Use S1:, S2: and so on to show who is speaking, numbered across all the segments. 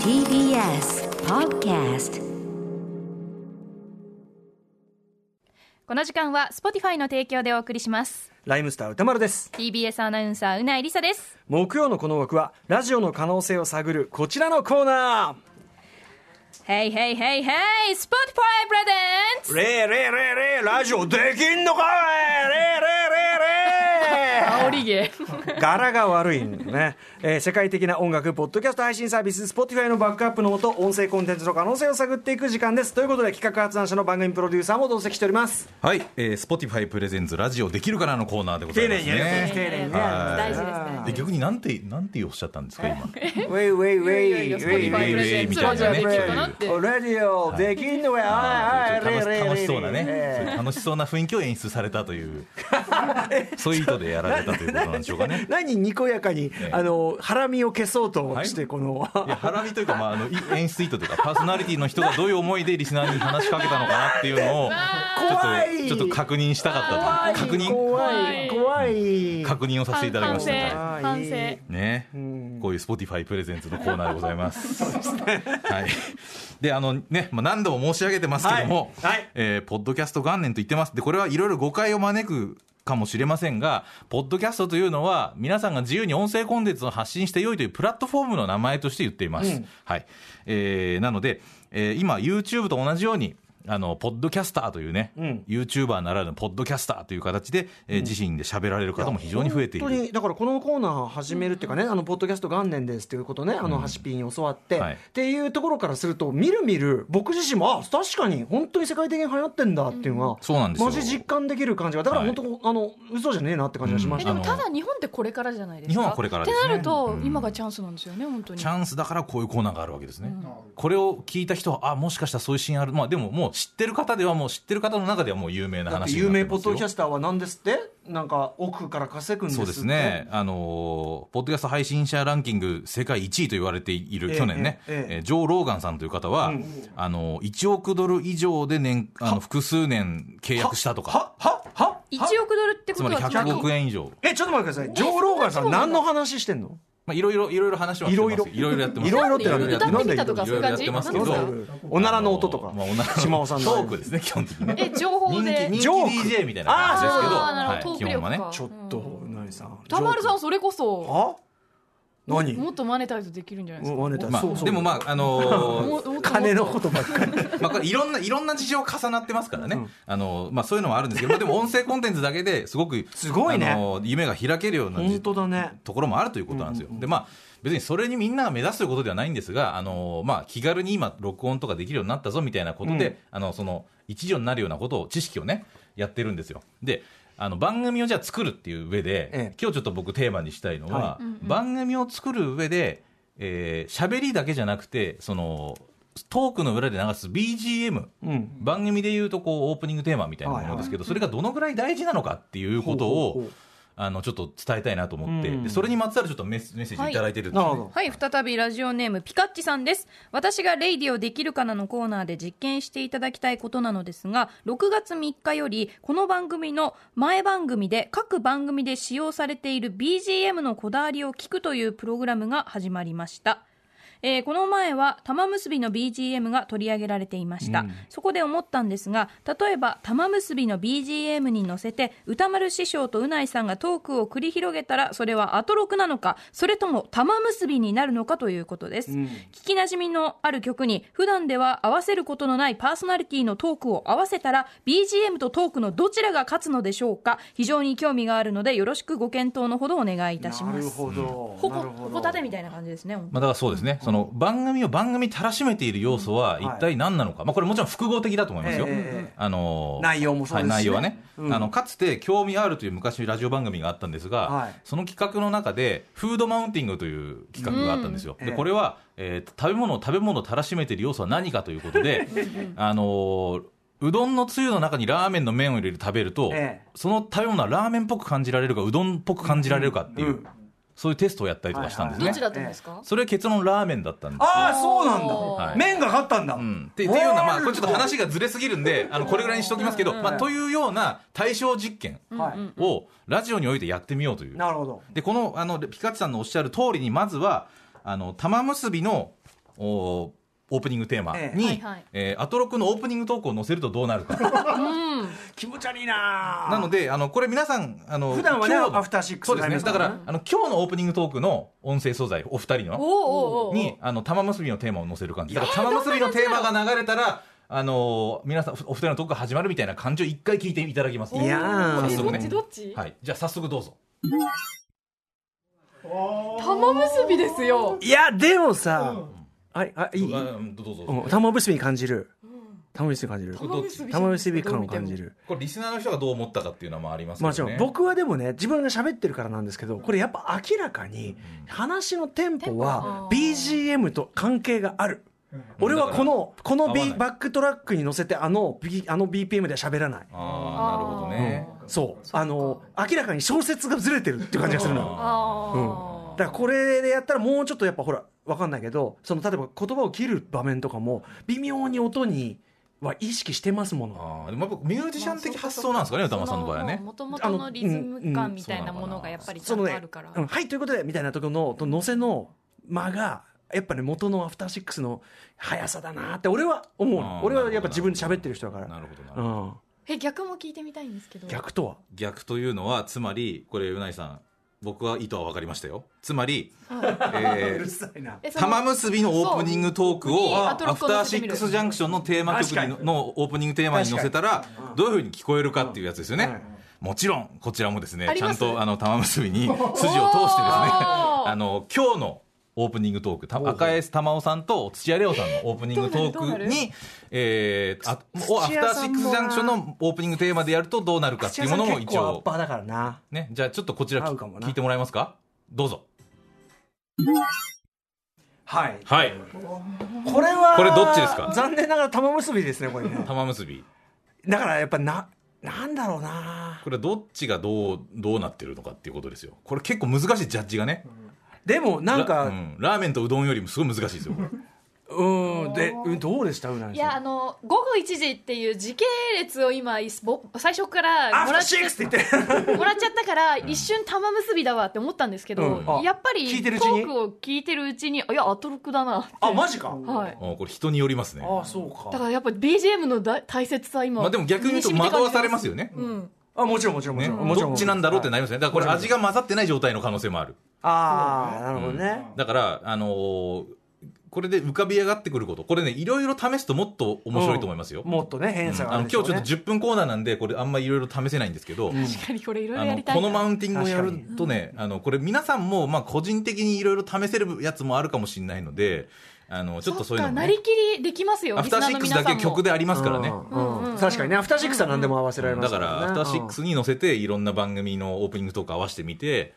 S1: TBS Podcast
S2: この時間は Spotify の提供でお送りします
S3: ライムスター歌丸です
S2: TBS アナウンサーうないりさです
S3: 木曜のこの枠はラジオの可能性を探るこちらのコーナ
S2: Hey hey hey hey Spotify presents
S3: ーれーれーれーれーラジオできんのかいれーれーれーれー
S2: 煽り芸
S3: 柄が悪いんだね、えー世界的な音楽ポッドキャスト配信サービス Spotify のバックアップのもと音声コンテンツの可能性を探っていく時間ですということで企画発案者の番組プロデューサーも同席しております
S4: はい、えー、Spotify プレゼンツラジオできるかなのコーナーでございます
S3: ね
S4: ね。
S3: 丁寧にね
S4: はい
S2: 大事ですから
S4: で逆になんてなんておっしゃったんですか今。
S3: ウェイウェイウェ
S2: い
S3: イ
S2: やいや
S3: ウ
S2: Spotify
S3: ェイウェイ
S2: presents
S4: ウェイみた
S2: ラ
S4: い
S2: ジオで
S4: なね
S2: きるかなって
S3: ラジオできんのや、はいはい、
S4: 楽し楽しそうな
S3: え
S4: ね、
S3: え
S4: 楽しそうな雰囲気を演出されたと いう、そういう意図でやられたということなんでしょうかね。
S3: 何にこやかに、
S4: え
S3: あのハラミを消そうとして、
S4: はい
S3: この
S4: いやハラミというか、まあ、あのい演出意図というかパーソナリティの人がどういう思いでリスナーに話しかけたのかなっていうのを
S3: 怖
S4: ちょ
S3: い
S4: っとちょっと確認したかったという確認
S3: 怖い怖い
S4: 確認をさせていただきま
S2: 反
S4: した
S2: 省
S4: はい
S2: 反省
S3: はい
S4: ね、こういう Spotify プレゼンツのコーナーでござ います。はい。で、あのね、まあ、何度も申し上げてますけども、
S3: はいはい
S4: えーポッドキャスト元年と言ってます。で、これはいろいろ誤解を招く。かもしれませんが、ポッドキャストというのは、皆さんが自由に音声コンテンツを発信して良いというプラットフォームの名前として言っています。はい。えーなので、えー今、YouTube と同じように、あの、ポッドキャスターというね、YouTuber ならぬポッドキャスターという形で、えー自身で喋られる方も非常に増えている。
S3: 本当にだからこのコーナー始めるっていうかね、あのポッドキャスト元年ですっていうことね、あのハシピーに教わって、
S4: はい
S3: っていうところからすると、みるみる僕自身も、あ確かに本当に世界的に流行ってんだっていうのが、
S4: そうなんですよ
S3: マジ実感できる感じが、だから本当、あの嘘じゃねえなって感じがしま
S2: え
S3: し
S2: で
S3: た
S2: も
S3: ね。
S2: ただ日本ってこれからじゃないですか
S4: 日本はこれからです
S2: っ
S4: ね
S2: てなると今がチャンスなんですよね本当に
S4: チャンスだからこういうコーナーがあるわけですね。これを聞いた人は、あ、もしかしたらそういうシーンある。まあでももう知ってる方ではもう知ってる方の中ではもう有名な
S3: だって
S4: 話に
S3: 有
S4: な
S3: 名
S4: ってますよ。
S3: ポッドキャスターは何ですってなんか奥から稼ぐんですっ
S4: そ
S3: て
S4: うですね、あのーポッドキャスト配信者ランキング世界1位と言われている、
S3: ええ
S4: 去年ね、
S3: ええええ
S4: えージョー・ローガンさんという方は、あのー1億ドル以上で年あの複数年契約したとか、
S3: ははは
S2: 1億ドルってこ
S4: つ
S2: と
S4: ま
S2: は
S4: り100億
S2: 円
S4: 円以上、
S3: えちょっと待ってくださいジョー・ローガンさん何の話してんの
S4: まあ、いろいろいろいろ話はしてます
S3: いろいろ
S4: いろいろやってます
S3: いろいろって
S4: な
S3: なんん
S4: で
S3: だよ
S2: 歌ってみたとか
S4: い
S2: そう
S4: ろ
S2: い感
S4: いうろやっ
S2: じ
S4: てますけ
S2: なん
S4: ど
S2: か
S3: おならの音とか
S4: まあ、おならの
S3: 島尾さんの
S4: トークですね基本的にね
S2: え情報で
S4: 人気
S3: ジョーク
S4: 人気 DJ みたいな感じですけど、
S2: あーなるほど
S4: 基本はね
S2: トーク力か
S3: ちょっとうなりさん
S2: 田丸さんそれこ
S3: ジョ
S2: そ
S3: ークあ何
S2: もっとマネタイズできるんじゃないですか
S3: マネタ
S4: ま
S3: そう
S4: あ、
S3: そう
S4: でもまあ、あの
S2: も
S4: ー
S2: もっともっと
S3: 金のことばっ かり
S4: まあ、これいろんな、いろんな事情重なってますからね。あのーまあ、そういうのもあるんですけど、まあでも音声コンテンツだけですごく、
S3: すごいね
S4: あのー夢が開けるようなじ
S3: 本当だね
S4: ところもあるということなんですよ。で、まあ、別にそれにみんなが目指すということではないんですが、あのーまあ、気軽に今、録音とかできるようになったぞみたいなことで、
S3: うん
S4: あの、その、一助になるようなことを、知識をね、やってるんですよ。で、あの番組をじゃあ作るっていう上で、
S3: ええ
S4: 今日ちょっと僕テーマにしたいのは、
S3: は
S4: 番組を作る上で、えー、喋りだけじゃなくてそのトークの裏で流す BGM、
S3: うん
S4: 番組でいうとこうオープニングテーマみたいなものですけど、それがどのぐらい大事なのかっていうことを、
S3: ほうほうほう
S4: あのちょっと伝えたいなと思って、
S3: うん
S4: でそれにまつわるちょっとメッセメッセージいただいてるんですね
S3: なるほど
S2: はい、再びラジオネームピカッチさんです。私がレイディオできるかなのコーナーで実験していただきたいことなのですが、6月3日よりこの番組の前番組で各番組で使用されている BGM のこだわりを聞くというプログラムが始まりました。えーこの前は玉結びの BGM が取り上げられていました、そこで思ったんですが例えば玉結びの BGM に乗せて歌丸師匠とうないさんがトークを繰り広げたらそれはアトロクなのかそれとも玉結びになるのかということです、聞きなじみのある曲に普段では合わせることのないパーソナリティのトークを合わせたら BGM とトークのどちらが勝つのでしょうか非常に興味があるのでよろしくご検討のほどお願いいたします
S3: なるほど
S2: ほこ
S3: なるほど
S2: ほこたてみたいな感じですね
S4: まあ、だからそうですね、その番組を番組たらしめている要素は一体何なのか、まあ、これもちろん複合的だと思いますよ、
S3: ええええ
S4: あのー
S3: 内容もそうですしね
S4: はい内容はね、
S3: うん
S4: あのかつて「興味ある」という昔ラジオ番組があったんですが、
S3: はい
S4: その企画の中でフードマウンティングという企画があったんですよ、
S3: うんえ
S4: で
S3: え
S4: これは、えー食べ物を食べ物をたらしめている要素は何かということで あのーうどんのつゆの中にラーメンの麺を入れて食べると、
S3: ええ
S4: その食べ物はラーメンっぽく感じられるかうどんっぽく感じられるかっていう、
S3: うん
S4: そういうテストをやったりとかしたんです
S3: は
S4: ね、
S3: いはいどっちだったん
S2: ですか
S4: それ結論ラーメンだったんですよ
S3: ああそうなん
S4: は
S3: だ
S4: い
S3: 麺が勝ったんだ
S4: うん、ってっていうような、まあ、これちょっと
S3: なる
S4: 話がずれすぎるんで、あのこれぐらいにしておきますけど、まあ、というような対象実験
S3: ほどはい
S4: をラジオにおいてやってみようという。
S3: なるほど
S4: で、このあのピカチさんのおっしゃる通りに、まずは、あの玉結びのおオープニングテーマ
S3: ええ
S4: に、
S2: はいはい
S4: えーアトロクのオープニングトークを載せるとどう なるか
S3: 気持ち悪いな
S4: なのであのこれ皆さんあの
S3: 普段はね
S4: 今日の
S3: アフターシックス
S4: そうです
S3: タイ
S4: ね
S3: ムズ
S4: だ
S3: か
S4: から
S3: ね
S4: らあの今日のオープニングトークの音声素材お二人の
S2: おおおうおうおう
S4: にあの玉結びのテーマを載せる感じだから玉結びのテーマが流れたらあの皆さんおお二人のトークが始まるみたいな感じを一回聞いていただきます
S3: いやー
S4: 早速
S5: どっちど
S4: ね
S5: っち、
S4: はいじゃあ早速どうぞ
S5: 玉結びですよ
S3: いやでもさ、あれあいい、
S4: うんどうぞどう
S3: うん、
S4: ぞ
S3: 玉結びに感じる玉結びに感じる
S5: 玉結び
S3: 玉結び感を感じ
S5: る
S3: る
S4: これリスナーの人がどう思ったかっていうのもありますけ
S3: もち
S4: ど
S3: ろ
S4: ね
S3: ん僕はでもね自分が喋ってるからなんですけどこれやっぱ明らかに話のテンポは BGM と関係がある俺はこのこの、
S4: 合わ
S3: B、
S4: ない
S3: バックトラックに乗せてあの B- あの BPM で喋らない
S4: ああなるほどね
S3: そうあの明らかに小説がずれてるっていう感じがするのよ
S5: あー、
S3: だからこれでやったらもうちょっとやっぱほらわかんないけどその例えば言葉を切る場面とかも微妙に音には意識してますもの
S4: あーでもやっぱミュージシャン的発想なんですかね歌丸さんの場合はね
S5: もともとのリズム感みたいなものがやっぱりちゃ
S3: そ
S5: ん
S3: の
S5: とあ
S3: ね
S5: るから、
S3: うんはいということでみたいなところのと乗せの間がやっぱね元のアフターシックスの速さだなって俺は思う
S4: あ
S3: の
S4: ー
S3: 俺はやっぱ自分で喋ってる人だから
S4: なるほどな
S3: う
S4: るほど
S3: ん
S5: え逆も聞いてみたいんですけど
S3: 逆とは
S4: 逆というのはつまりこれうないさん僕は意図は分かりましたよつまり、えー
S3: さいな
S5: えその
S4: 玉結びのオープニングトーク
S5: そう
S4: を
S5: に
S4: ア
S5: アトロ
S4: フ
S5: ック
S4: タ
S5: を乗
S4: ーシ
S5: せてみ
S4: ッ
S5: る
S4: クスジャンクションのテーマ曲に
S3: 確かに
S4: のオープニングテーマに載せたらどういうふうに聞こえるかっていうやつですよね、もちろんこちらもですね
S5: あり
S4: ちゃ
S5: ま
S4: ん
S5: す
S4: とあの玉結びに筋を通してで すねあの今日のオープニングトークた赤江珠緒さんと土屋レオさんのオープニングト
S5: どうな
S4: ーク
S5: るどうな
S4: にえーあをア
S3: 土
S4: フ
S3: 屋
S4: ターシ
S3: さ
S4: ッ
S3: ん
S4: クス
S3: もな
S4: ジャンクションのオープニングテーマでやるとどうなるかっていうものも一
S3: 結構アッ
S4: 応
S3: パーだからな
S4: ね、じゃあちょっとこちら
S3: 合
S4: き
S3: うかもな
S4: 聞いてもらえますかどうぞ
S3: はい
S4: はい
S3: これは
S4: これどっちですか
S3: 残念ながら玉結びですねこれね
S4: 玉結び
S3: だからやっぱななんだろうな
S4: これどっちがどうどうなってるのかっていうことですよこれ結構難しいジャッジがね
S3: でもなん
S4: ラ,、う
S3: か
S4: ん、ラーメンとうどんよりもすごい難しいですよこれ
S3: うんでうんどうでしたうない
S5: い
S3: さん
S5: やあの午後1時っていう時系列を今いすぼ最初から
S3: ア
S5: も
S3: フタ
S5: ら
S3: ー
S5: っち
S3: シッ
S5: ゃ
S3: クスって言 って
S5: もらっちゃったから一瞬玉結びだわって思ったんですけど、
S3: うんあ
S5: やっぱり
S3: 聞いてるう
S5: ト
S3: ちに
S5: ークを聞いてるうちにあいやアトロックだなって
S3: あマジか
S5: はい
S4: あこれ人によりますね
S3: あそうか
S5: だからやっぱり BGM のだ大切さ今
S4: まあでも逆に言うと惑わされますよね
S5: うん
S3: あもちろんもちろんもち
S4: ね
S3: ろんもちろ
S4: どっちなんだろうってな
S3: はい
S4: りますよねだからこれ味が混ざってない状態の可能性もある
S3: ああなるほどね
S4: だからあのーこれで浮かび上がってくることこれねいろいろ試すともっと面白いと思いますよ、
S3: もっとね偏差が
S4: あ
S3: あ
S4: の
S3: る
S4: 今
S3: で
S4: 日
S3: し
S4: ちょ
S3: ょうね
S4: っと10分コーナーなんでこれあんまいろいろ試せないんですけど、
S5: 確かにこれいろいろ
S4: あ
S5: や
S4: の
S5: りたいな
S4: このマウンティングをやるとねあのこれ皆さんもまあ個人的にいろいろ試せるやつもあるかもしれないのであのちょっとそういうの
S5: そっ
S4: も、
S5: かな
S4: ね
S5: り、きりできますよ
S4: アフターシックスだけ曲
S5: で
S4: でありますからね。
S3: うんうん確かにねアフターシックスは何でも合わせられま
S4: だ
S3: す
S4: からアフターシック
S3: ス
S4: スに乗せていろんな番組のオープニングとか合わせてみて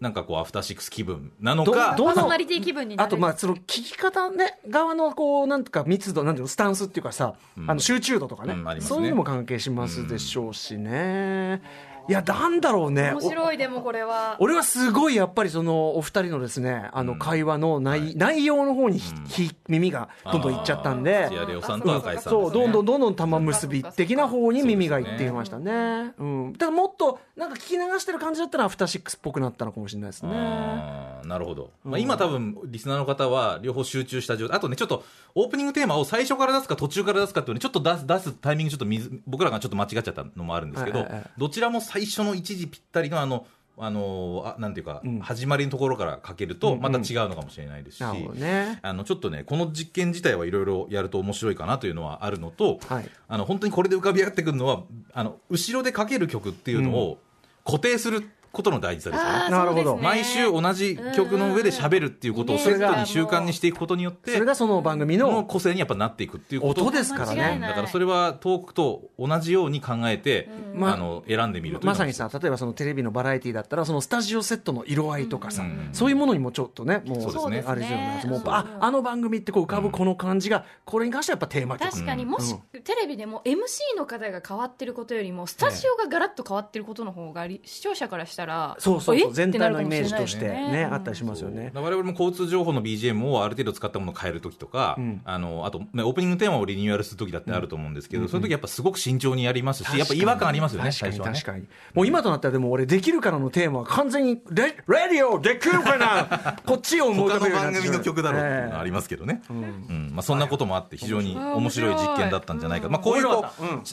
S4: なんかこうアフターシックス気分なのか
S3: ど
S5: パ
S3: う
S5: ーソナリティ気分にな
S3: あ
S5: れる
S3: とまあその聞き方ね側のこうなんとか密度なんていうのスタンスっていうかさ、
S4: ん
S3: あの集中度とかね,、
S4: うんありますね
S3: そういうのも関係しますでしょうしね、いやなんだろうね
S5: 面白いでもこれは
S3: お俺はすごいやっぱりそのお二人のですねあの会話の内,、内容の方にひ、ひ耳がどんどんいっちゃったんで
S4: 土屋レオさんと赤井さんですね、
S3: そうどんどんどんどん玉結び的な方に耳がいっていましたねうん、だからもっとなんか聞き流してる感じだったらアフターシックスっぽくなったのかもしれないですね
S4: あーなるほど、まあ、今多分リスナーの方は両方集中した状態あとねちょっとオープニングテーマを最初から出すか途中から出すかっていうのにちょっと出す出すタイミングちょっとみず僕らがちょっと間違っちゃったのもあるんですけど、
S3: はいはいはい
S4: どちらも最初の一時ぴったりのあのあのーあなんていうか、始まりのところからかけるとまた違うのかもしれないですし、
S3: なるほどね
S4: あのちょっとねこの実験自体はいろいろやると面白いかなというのはあるのと、
S3: はい
S4: あの本当にこれで浮かび上がってくるのはあの後ろでかける曲っていうのを固定することの大事さですよね。
S5: あー
S3: なるほど
S5: そうですね
S4: 毎週同じ曲の上で喋るっていうことを
S5: うん
S4: セットに習慣にしていくことによっ
S3: そ
S4: て
S3: れがその番組
S4: の
S3: の
S4: 個性にやっぱなっていくっていうこと
S3: 音ですから
S5: 間違い
S3: ね
S5: ない
S4: だからそれはトークと同じように考えて、あの選んでみるというの
S3: ま
S4: が
S3: さにさ例えばそのテレビのバラエティだったらそのスタジオセットの色合いとかさ、
S4: うん
S3: そういうものにもちょっとねもう
S4: そうですね
S3: あれじゃないですもう
S5: そう
S3: ああの番組ってこう浮かぶこの感じが、これに関してはやっぱテーマ曲
S5: 確かにもし、テレビでも MC の方が変わってることよりもスタジオがガラッと変わってることの方がり視聴者からししたら
S3: そうそうそう
S5: え
S3: 全
S5: って
S3: 体
S5: なる
S3: の
S5: か
S3: イ
S5: もし
S3: メー
S5: れ
S3: ジ
S5: ない
S3: と
S5: ですね
S3: してねあったりしますよ
S4: だ
S3: ね
S4: から我々も交通情報の BGM をある程度使ったものを変えるときとか、
S3: うん
S4: あのあと、ね、オープニングテーマをリニューアルするときだってあると思うんですけど、その時やっぱすごく慎重にやりますしやっぱ違和感ありますよね
S3: 確か
S4: 最
S3: に
S4: 初はね
S3: 確かにもう今となったらでも俺できるからのテーマは完全にレ「レディオできるか な」こっちを思い浮
S4: 他
S3: かべ
S4: の
S3: るように
S4: 番
S3: なってしま
S4: 組
S3: う
S4: の曲だろうっていうのはありますけどね、うんまあ、そんなこともあって非常に面白い実験だったんじゃないか、まあ、こういうこう、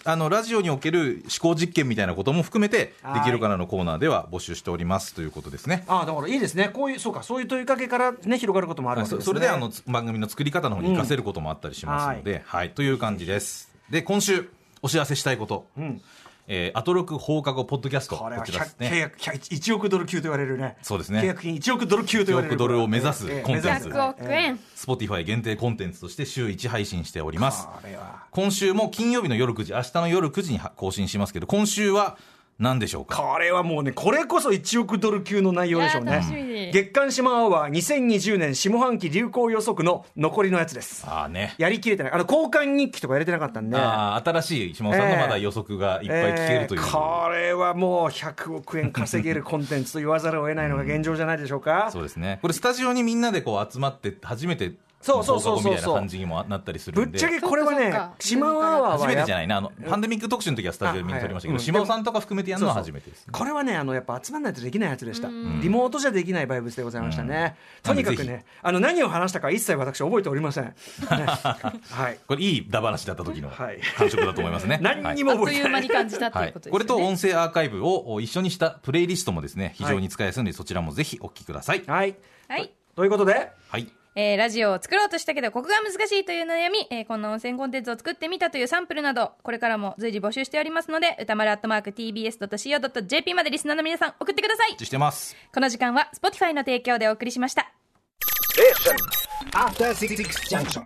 S4: あのラジオにおける思考実験みたいなことも含めて「できるかな」のコーナーでは募集しておりますということですね。
S3: ああだからいいですねこういうそうかそういう問いかけからね広がることもあるわけです、
S4: そ
S3: ね、
S4: それであのつ番組の作り方の方に活かせることもあったりしますので、はい、という感じです。で今週お知らせしたいこと、えーアトロク放課後ポッドキャスト
S3: これは
S4: らです
S3: 100契約100 1億ドル級と言われるね
S4: そうですね
S3: 契約金1億ドル級と言われる
S4: 1億ドルを目指すコンテンツ
S3: 目指す
S5: 100億円、
S4: Spotify 限定コンテンツとして週1配信しております
S3: あれは
S4: 今週も金曜日の夜9時明日の夜9時には更新しますけど今週は何でしょうか
S3: これはもうねこれこそ1億ドル級の内容でしょう
S5: い
S3: ね
S5: やー楽しみ
S3: 月刊島アワー2020年下半期流行予測の残りのやつです
S4: ああね
S3: やりきれてないあの交換日記とかやれてなかったんで
S4: あー新しい島尾さんのまだ予測がいっぱい聞けるという、
S3: えーこれはもう100億円稼げるコンテンツと言わざるを得ないのが現状じゃないでしょうか、
S4: そうですねこれスタジオにみんなでこう集まって初めて
S3: そうそうそうそう
S4: 放課後みたいな感じにもなったりする
S3: ぶっ
S4: んで
S3: ちゃけこれは
S5: そっ
S3: ね
S5: かそっか
S3: 島アワー
S4: 初
S3: は
S4: め
S3: や
S4: て
S3: っ
S4: じゃないなあのパンデミック特集の時はスタジオに撮りました
S3: あ
S4: け
S3: は
S4: ど
S3: い
S4: 島尾さんとか含めてやるのは初めてです
S3: これはねあのやっぱ集まんないとできないやつでしたリモートじゃできないバイブスでございましたね、
S4: う
S3: と
S4: ん
S3: にかく
S4: なので
S3: ねあの何を話したか一切私覚えておりま せん、ねはい
S4: これいいダ話だった時の
S3: はい
S4: 感触だと思いま すね
S3: 何にも
S5: あっと
S3: 覚え
S5: いう
S3: てな
S5: 間
S3: い
S5: に感じたと
S4: はいいう
S5: ことですよね、
S4: これと音声アーカイブを一緒にしたプレイリストもですね非常に使いやすいのでそちらもぜひお聞きください
S3: はい
S2: はい
S3: ということで
S4: はい
S2: えーラジオを作ろうとしたけどここが難しいという悩み、えーこんな温泉コンテンツを作ってみたというサンプルなどこれからも随時募集しておりますので歌丸アットマーク TBS.CO.JP までリスナーの皆さん送ってください
S4: お待ちしてます
S2: この時間は Spotify の提供でお送りしました
S6: After Six Junction.